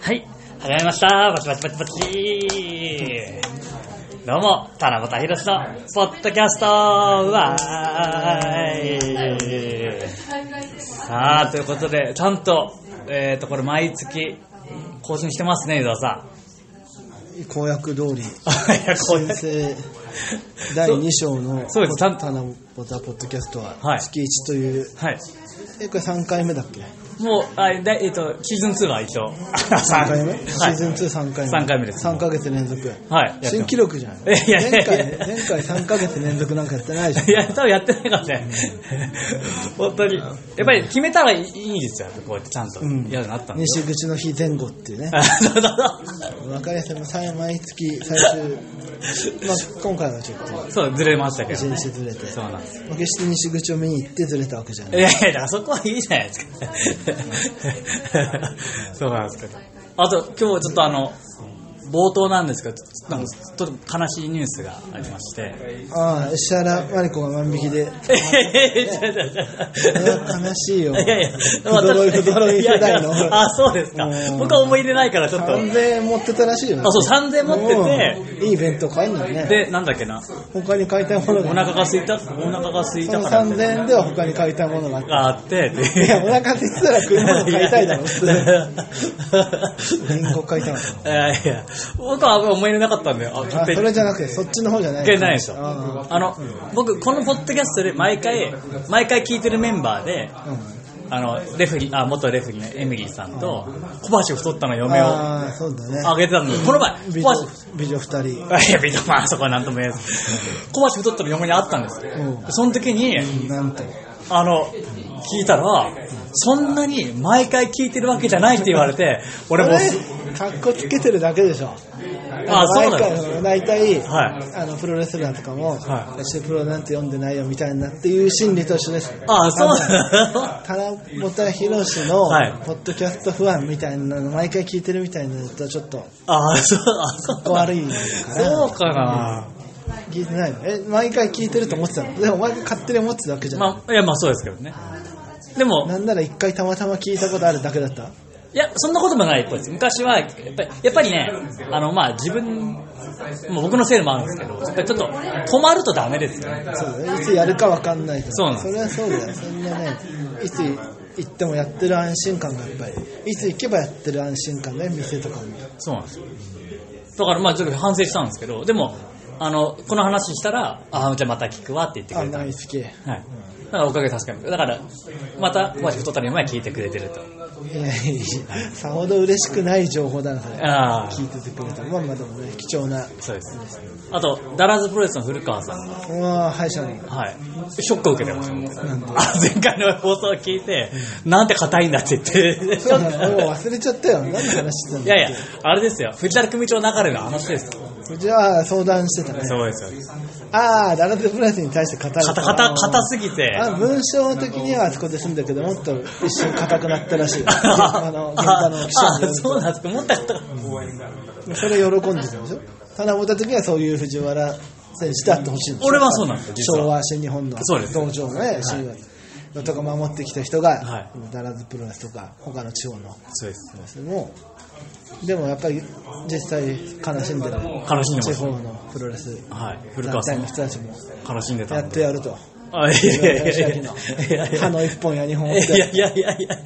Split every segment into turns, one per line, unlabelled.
はい、始まりました。バチバチバチバチ。どうも、田中宏のポッドキャストわーい。さあ、ということで、ちゃんと、えっ、と、これ毎月更新してますね、伊沢さん。
公約通り
いやこれ
新生第2章の
そうそうですちゃんと
タナポタポッドキャストは
はい
月1という、
はい。
えこれ3回目だっけ
もう、あだえっ、と、シーズン2は一応。3
3回目、
はい、
シーズン23回目
三回目です
3ヶ月連続
はいやってます。
新記録じゃない
いやいやいや
前回前回3ヶ月連続なんかやってないじゃん
いや、多分やってないからね。本当に。やっぱり決めたらいいですよ、やっぱこうやってちゃんと。
う
や
ん
るようになったんで。
西口の日前後っていうね
あそうそう
分かりやすい最毎月最終、まあ、今回はちょっ と
そう。そう、ずれましたけど
1
ね。
日ずれて、
そうなんです。
まあ決して西口を見に行ってずれたわけじゃない
いやいや、だからそこはいいじゃないですか。そうなんですけど。あと、今日ちょっとあの、冒頭なんですけど、ちょっとちょっと悲しいニュースがありまして。
ああ石原真理子が万引きで
えへへちょちょちょ
悲しいよ。
いやいや、
不揃 い不揃い世代の。
やいやあ、そうですか
う。ん
僕は思い入れないから、ちょっと。
3000円持ってたらしいよ。
あそう3000円持って
て。いい弁当買えんのね。
で、なんだっけな。
他に買いたいもの
お
が。
腹が空いた、お腹が空い
そ
た
の
からみたい
3000円では他に買いたいものがあっ
な。あって、
て。いや、お腹空いてたら食い物買いたいだろ、普通。
通
リンゴ買いたい の
いやいや、僕は思い入れなかったんで、あ、
あ、それじゃなくて、そっちの方じゃない。
関係ないでしょ。
あ
あの、僕、このポッドキャストで毎回、毎回聞いてるメンバーで、
あうん
あの、レフリー、あ、元レフリーのエミリーさんと、小橋太ったの嫁を
あー、そうだね。
あげてたんです。この前、
美
小
女
橋、
美女二人。
いや、ビトマン、そこはなんとも言えず。小橋太ったの嫁に会ったんですよ
うん。
その時に、
なんと。
あの、聞いたら、そんなに毎回聞いてるわけじゃないって言われて、俺も、
れ、かっこつけてるだけでしょ。
あそうなんです
毎回大体、
はい
あのプロレスラーとかも、
は
私プロなんて読んでないよみたいなっていう心理と一緒です。
ああ、そう
あ
な
の田中博士の
はい
ポッドキャスト不安みたいなの毎回聞いてるみたいなのとちょっと
のああ、そう、あそう
かっこ悪いのかな
そうかな。
聞いてないのえ毎回聞いてると思ってたのでも毎回勝手に思ってたわけじゃん、
まあ、いや、まあそうですけどね。でも、
なんなら一回たまたま聞いたことあるだけだった
いや、そんなこともないっぽいです。昔は、やっぱり、やっぱりね、あの、まあ自分、もう僕のせいでもあるんですけど、やっぱりちょっと、止まるとダメですよね。
そうだねいつやるか分かんないと
そうなん
そ
で
れはそうだよそんなねいつ行ってもやってる安心感がやっぱりいつ行けばやってる安心感ね店とかも
そうなんですよ。だからまあちょっと反省したんですけど、でも、あの、この話したら、ああ、じゃあまた聞くわって言ってく
あ
れた
ナ
んで
イス系
はい。だからおかげで助かります。だから、また、小橋太ったり前聞いてくれてると。
いやいやさほど嬉しくない情報だなそれ
ああ、
聞いててくれたまあまあでもね貴重な
そうです。あと、ダラーズプロレスの古川さんが、
うわー歯医者の
はい。ショックを受けてました僕
なんで
あ前回の放送を聞いて、なんて硬いんだって言って。
そうだねもう忘れちゃったよ何の話してたん
い
だ
やい
っ
や、あれですよ。藤原組長流れの話です。
けじゃあ相談してたね
そうですよ。
ああダラテプラスに対して語る
硬、硬、硬すぎて。
あ文章的にはあそこで済んだけどもっと一瞬硬くなったら しいよあの現場の記者によ
あ
ると
そうなんですか。もったいな
それ喜んでたでしょただ持った時はそういう藤原選手であってほしいんでしょ
俺はそうなんですよ実は
昭和新日本の
そうです
道場のね新日本とか守ってきた人が、
は
ダラズプロレスとか他の地方の
そうです。
でもでもやっぱり実際悲しんでる
悲しんでます
地方のプロレス
はい。古
団
川さ
体の
ん、
人たちも
悲しんでた
や
ん
っ
で。
てやると
あ、いやいやいやいやいやいや
歯の一本や二本折っ
いや
て
いやいやいや、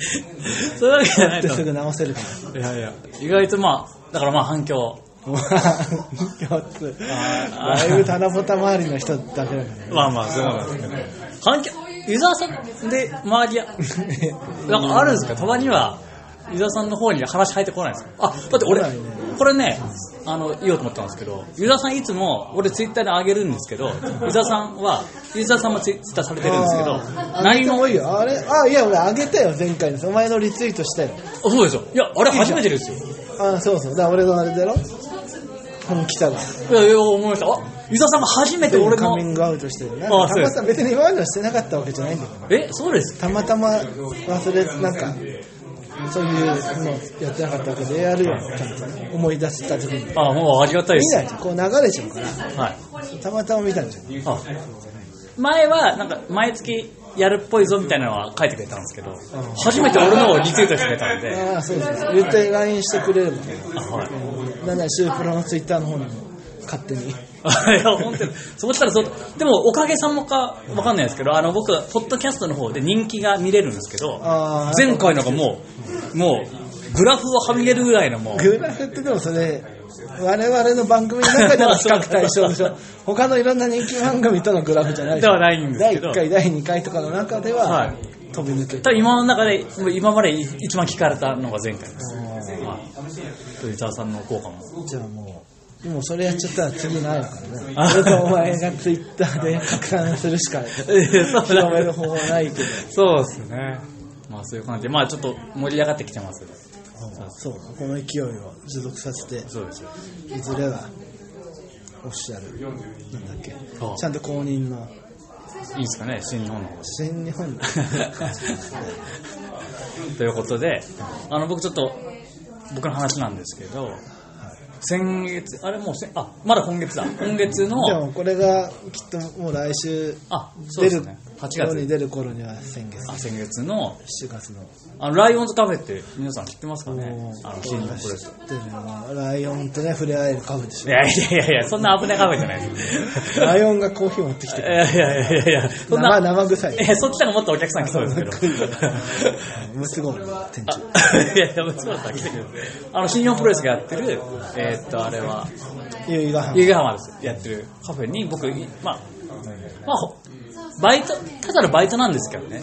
そういうわけじゃない
で
と思
すぐ直せるから
う。いやいや、意外とまあ、だからまあ反響
もう四つ
あ
だいぶ七夕周りの人だけだからね
まあまあ、そうなんですけど。反響、湯沢さんで周りや、なんかあるんですかたまには、湯沢さんの方に話入ってこないんですかあ、だって俺
来ないね、
これね、あの、言おうと思ったんですけど、湯沢さんいつも、俺ツイッターで上げるんですけど、湯沢さんは、湯沢さんもツイッターされてるんですけど
あ、ー
何も、
あげていいよあれあいや俺あげたよ前回のお前のリツイートしたよ
あそうですよ。いや、あれ初めてですよ。
あそうそうだから俺のあれだろこの記者が
いや、いや思いました。あ、湯沢さんが初めて俺
カミ
の、
ングアウトしてるねた
あ
ま
そうです
たま別に今まではしてなかったわけじゃないんだから
え、そうです
たまたま忘れなんかそういうのやってなかったわけでやるよちゃんとね思い出した時に
あ、もうありがたいで
見
す。
ないじゃんこう流れちゃうから
はい。
たまたま見たんじゃん
あ前はなんか毎月やるっぽいぞみたいなのは書いてくれたんですけど、初めて俺のをリツイートしてくれたんで、
ああ、そうです。言って LINE してくれればね。
あはい。
なんならシュープロのツイッターの方にも勝手に。
いや、本当に。そうしたらそう、でも、おかげさまか、わかんないですけど、あの、僕、ポッドキャストの方で人気が見れるんですけど
あ、ー
前回のがもう、もう、グラフをはみ出るぐらいのもう、
グラフってでもそれ、我々の番組の中での比較対象でしょ。他のいろんな人気番組とのグラフじゃないしょ
ではないんですけど
第1回、第2回とかの中では、
はい
飛び抜けて
多分今の中で、もう今まで一番聞かれたのが前回です。はい。と、伊沢さんの効果も。
じゃあもう、もうそれやっちゃったら次ないからね。
あ
それとお前がツイッターで拡散するしか、
そう
広める方法はないけど。
そうですね。まあそういう感じで、まあちょっと盛り上がってきてます。
そうか、この勢いを持続させて、
そうですよ。
いずれは、オフィシャル、なんだっけ
あ、
ちゃんと公認の、
いいですかね、新日本の 方
新日本の、
ということで、あの僕ちょっと、僕の話なんですけど、先月、あれもうせ、あ、まだ今月だ。今月
で
の、
もこれがきっともう来週
あ、そう
出
です
る
ね。8
世に
月。
出る頃には先月
あ先月の、
7月の
あの、ライオンズカフェって皆さん知ってますかね
もう
あの、新日本プロレス。
知ってるよライオンとね触れ合えるカフェでし
いやいやいやいや、そんな危ないカフェじゃない です。
ょライオンがコーヒー持ってき
い
て
やいやいやいや、そんな、
生生臭い
いや、そっちの方がもっとお客さん来そうですけど。
ムスゴールの店長
あいやいや、もうそうだった、来てくれるあの、新日本プロレスがやってる、えーっと、あれは、
ゆいがは
湯ヶ浜です。やってるカフェに、僕、いまあ、まあ、ほバイト、ただのバイトなんですけどね。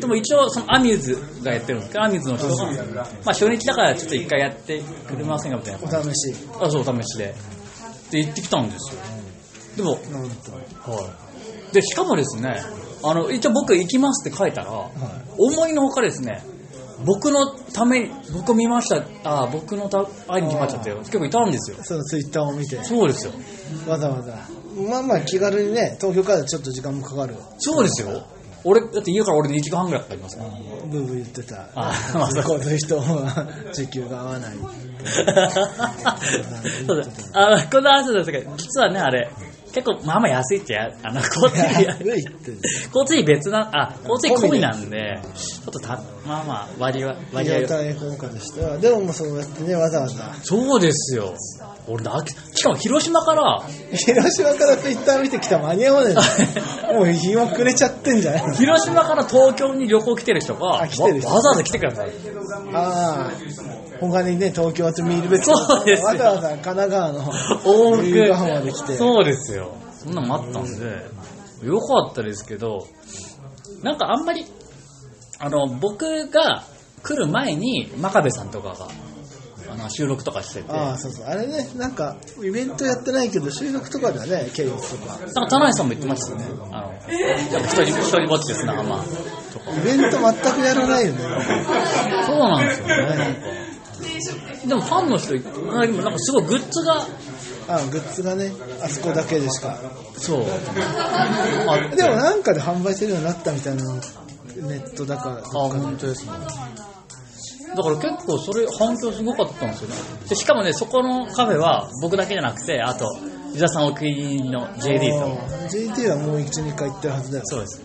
でも一応、そのアミューズがやってるんですけど、アミューズの人が、まあ、初日だからちょっと一回やってくれませんかみたいな
お。試し
あ、そう、お試しで。で、行ってきたんですよ。でも、
なんと
はい、でしかもですねあの一応僕行きますって書いたら、思いのほかですね僕のために僕見ましたあ僕のた会いに来ましたって結構いたんですよ
そのツイッターを見て
そうですよ
わざわざまあまあ気軽にね東京からちょっと時間もかかる
そうですよ俺だって家から俺で1時間半ぐらいかかりますから
ブーブー言ってた
あまあそう
こういう人は時給が合わない
そうだあのこんな話なんですけど実はねあれ結構まあまあ安いってやあの交通費
安いって
交通費別なあ交通費込みなんでちょっとたまあまあ割は割合
リアルタイム効果としてはでももうそうやってねわざわざ
そうですよ。俺だけ、しかも広島から、
広島からツイッター見てきたら間に 合わないのもう日も暮れちゃってんじゃないの
広島から東京に旅行来てる人が、
あ来てる人
わわざわざ来てください。
ああ他にね東京と見るべき
そうですよ
わざわざ神奈川の
往
由比ヶ浜まで来て
そうですよ。そんなのもあったんで、よかったですけど、なんかあんまり、あの、僕が来る前に、真壁さんとかが、あの、収録とかしてて、
ああそうそうあれねなんかイベントやってないけど収録とかだねケイオスとか
なんか田内さんも言ってましたよね。あの、一人、一人ぼっちですな、まあ。
イベント全くやらないよね
そうなんですよね、なんか。でもファンの人、あでもなんかすごいグッズが、
ああグッズがねあそこだけでしか
そう。 あ
でもなんかで販売するようになったみたいなのネットだから
あ、本当ですね。だから結構それ反響すごかったんですよね。でしかもね、そこのカフェは僕だけじゃなくて、あと、伊沢さんお気に入りの JD と。
JD はもう12回行ってるはずだよ
そうです。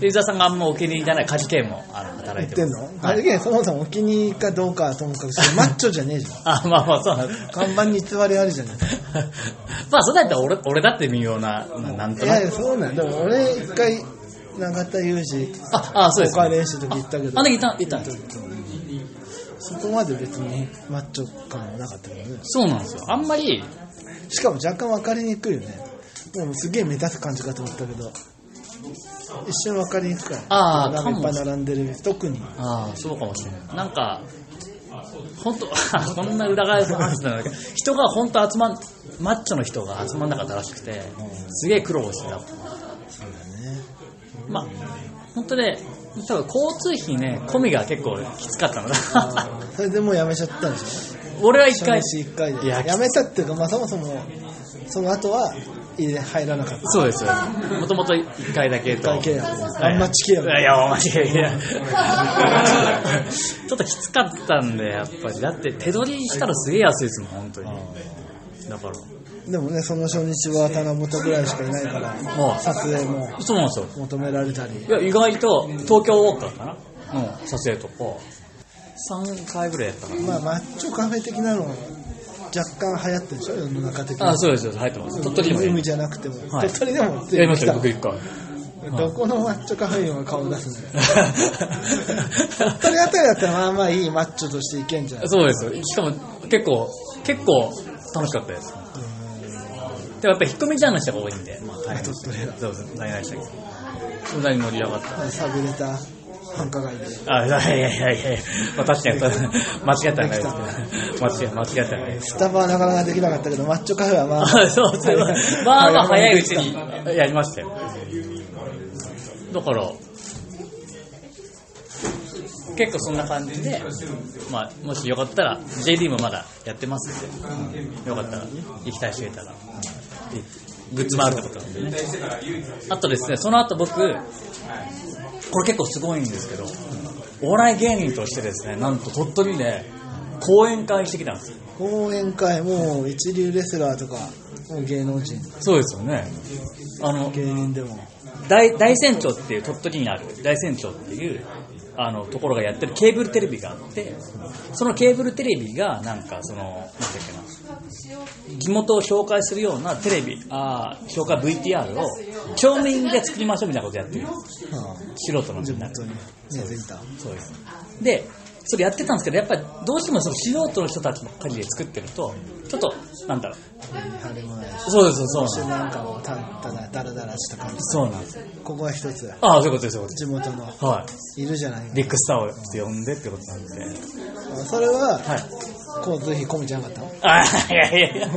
で、伊沢さんがあんまお気に入りじゃないカジケンもあの働い
言ってて
ま
ん
す。
のあ
はい
れねそもそもお気に入りかどうかはともかくそれ マッチョじゃねえじゃん
あ、まあまあそうなんです。
看板に偽りあるじゃね
まあ、それだったら俺俺だって微妙な、ななん
え
と
いや
ないく。
やそうなんでも俺一回永田裕二
あ、あ、そうで
お
す、
か練習の時行ったけど
あ、あの時行った、行ったんです。
そこまで別にマッチョ感はなかったけどね
そうなんですよ。あんまり、
しかも若干分かりにくいよねでもすげえ目立つ感じかと思ったけど一瞬分かりにくいから
あー
なんかいっぱい並んでる特に
ああ、そうかもしれない。なんか、本当 こんな裏返す話なんだけど、人が本当集まん、マッチョの人が集まんなかったらしくて、すげえ苦労してた。
そうだね
まあ、本当ね、多分交通費ね、込みが結構きつかったのだ。
それでもうやめちゃったんでしょ
俺は一回
初、日一回で
いや
や
きつ
めたっていうか、まあ、そもそもその後は入れ入らなかった
そうですよ。もともと一回だけと。
一回契約
はい
あんまち契約
いや、あん まち契約。ちょっときつかったんで、やっぱり。だって手取りしたらすげえ安いですもん、本当に。だから。
でもね、その初日は棚ぼたぐらいしかいないから、
も
撮影も
う、そうなんですよ。
求められたり。
いや、意外と、東京ウォーカーかなの撮影とか、3回ぐらいやったかな。
まあ、マッチョカフェ的なのは若干流行ってるでしょ、世の中的に。
あ、そうですよ、入ってます。鳥取にも
海
い
じゃなくても。
はい
鳥取でも
やりましたよ、僕
出て
一回。
きたどこのマッチョカフェインは顔出すんだよ。
鳥
鳥取あたりだったらまあまあいいマッチョとしていけんじゃない
そうですよ。しかも、結構、結構楽しかったです。でもやっぱり引っ込みじゃんの人が多いんで、まあ大変でしたけど。そうです、大変でしたけど。そんなに盛り上がった。
サブレタ繁華街で。
あ、いやいやいやいやいや、まあ確かに、間違ってはないですけど。間違間違ってはないです。
スタバはなかなかできなかったけど、マッチョカフェはまあ、
あそうそう。まあまあ早いうちにやりましたよ。だから、結構そんな感じで、まあ、もしよかったら、JD もまだやってますんで、よかったら、行きたい人いたら、グッズもあるってことなんでね。あとですね、その後僕、これ結構すごいんですけど、お笑い芸人としてですね、なんと鳥取で講演会してきたんですよ
講演会も一流レスラーとか、もう芸能人、
そうですよね。あの、
芸人でも。
大大山町っていう鳥取にある大山町っていうあのところがやってるケーブルテレビがあってそのケーブルテレビがなんかそのなんだっけな地元を紹介するようなテレビあー紹介 VTR を町民で作りましょうみたいなことやってる
はあ
素人のみんな
本当に根付いた
そうですでそれやってたんですけどやっぱりどうしてもその素人の人たちばっかりで作ってるとちょっとなんだろう
晴れもないし
そうですそうです
一緒になんかもうたただダラダラした感じ
そうなんです
ここは一つ
ああそういうことですそういうことで
地元の
すはい
いるじゃない
ビッグスターをちょっと呼んでってことなんで。
それは
はい。
交通費込みじゃなかったの
あ、いやいやいや。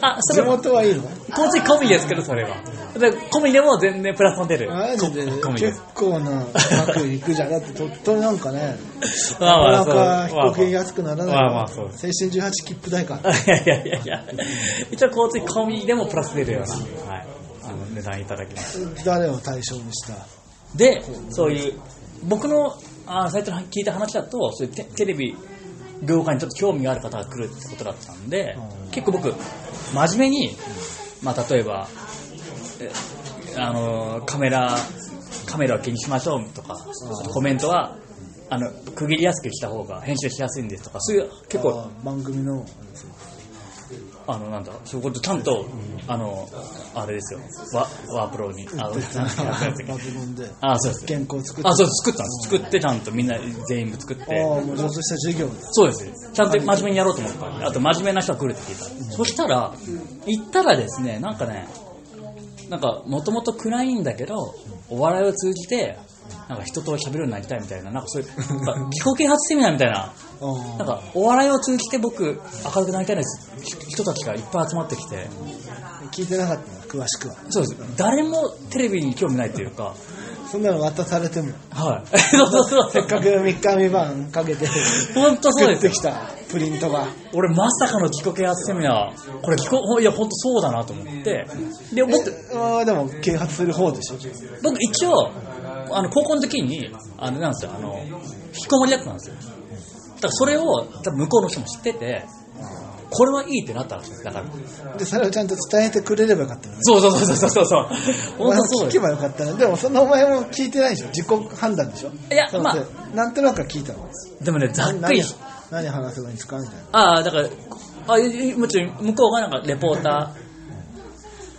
あ、そ
地
れも、
元はいいの
当時込みですけど、それは。で込みでも全然プラスも出る。
マジで
込みで
結
す。
構な額いくじゃんだって鳥取なんかね
まあま
な
あ、
かなか飛行
そう。
機安くなら
まあまあ
ない
そう
青春
で
18切符代か
まあまあいやいやいやいや。一応、交通込みでもプラス出るような、はい。あの、値段いただきます。
誰を対象にした
で、そういう、僕のあサイトの聞いた話だと、そういうテテレビ業界にちょっと興味がある方が来るってことだったんで
う、ん
結構僕、真面目に、まあ、例えば、えあのカメラ、カメラを気にしましょうとか、コメントは、あの区切りやすくした方が編集しやすいんですとか、そういう結構
あ番組 の
あの、なんだ、そういうことちゃんと、あの、あれですよ、ワワープロに、あ、
出た
あ
バズ本で
あ、そうです。
原稿作って
あ、そうです、作ったんです。作って、ちゃんとみんな全員分作っ
ああ
て。
もうちょっとした授業
そうです。ちゃんと真面目にやろうと思ったんであと、真面目な人が来るって聞いた、そしたら、行ったらですね、なんかね、なんか、もともと暗いんだけど、お笑いを通じて、なんか人と喋るようになりたいみたいな、なんかそういう、なんか自己啓発セミナーみたいな、
ああ
なんか、お笑いを通じて僕、明るくなりたいです人たちがいっぱい集まってきて、
聞いてなかったの詳しくは
そうです。誰もテレビに興味ないっていうか、
そんなの渡されても
はい。そうそうそう。
せっかく3日三晩か けて
本当そう
作
で
っ
すよ
てきたプリントが
俺まさかの自己啓発セミナー、これ聞こ、いや本当そうだなと思って、で、思って、
ああでも啓発する方でしょ
僕一応、あの、高校の時に、あの、なんですよ、あの、引きこもりだったんですよ。だからそれを、多分向こうの人も知ってて、これはいいってなったんですよ、だから。
でそれをちゃんと伝えてくれればよかったのね
そうそうそうそうそうそう。 本当そう
お前も聞
です
け。ばよかったのにでもそのお前も聞いてないでしょ自己判断でしょ
いや
その
まあ
なんとなくは聞いたの
でもね、ざっく
何
り
を、何話せばいいんですかみたいな
ああ、だから、あいいもちろん向こうがなんかレポータ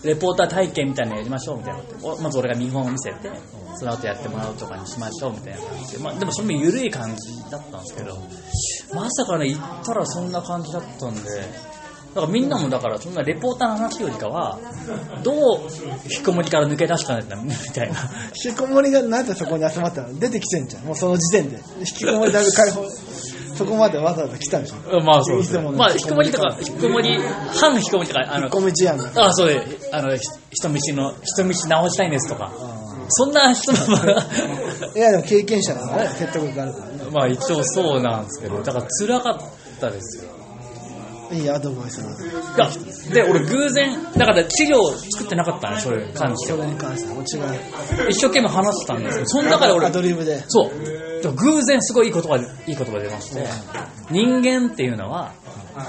ー、レポーター体験みたいなのやりましょうみたいなことおまず俺が見本を見せて、その後やってもらうとかにしましょうみたいな感じで、まあ、でもそれも緩い感じだったんですけど、まさかね、行ったらそんな感じだったんで、だからみんなもだからそんなレポーターの話よりかは、どう引きこもりから抜け出したんだみたいな。
引きこもりがなぜそこに集まったの出てきてんじゃんもうその時点で引きこもりだいぶ解放 そこまでわざわざ来たんでしょ
まあそうです
いつも
ね。
の
まあ引きこもりとか、引きこもり、反引きこもりとか、あの、
引っ込み思案だ
ああ、そうです。あの、ひ人見知りの、人見知り直したいんですとか。
あ
そんな人の、
ーいやでも経験者だからね説得力あるからね
まあ一応そうなんですけど、だから辛かったですよ。
いいアドバイスだ
いや、で、俺偶然、だから資料を作ってなかったね、それに関して
そ
は。
れに関しては違う
一生懸命話してたんですけど、その中で俺
ア、ドリブで
そう。でも偶然すごいいい言葉、いい言葉出まして、人間っていうのは、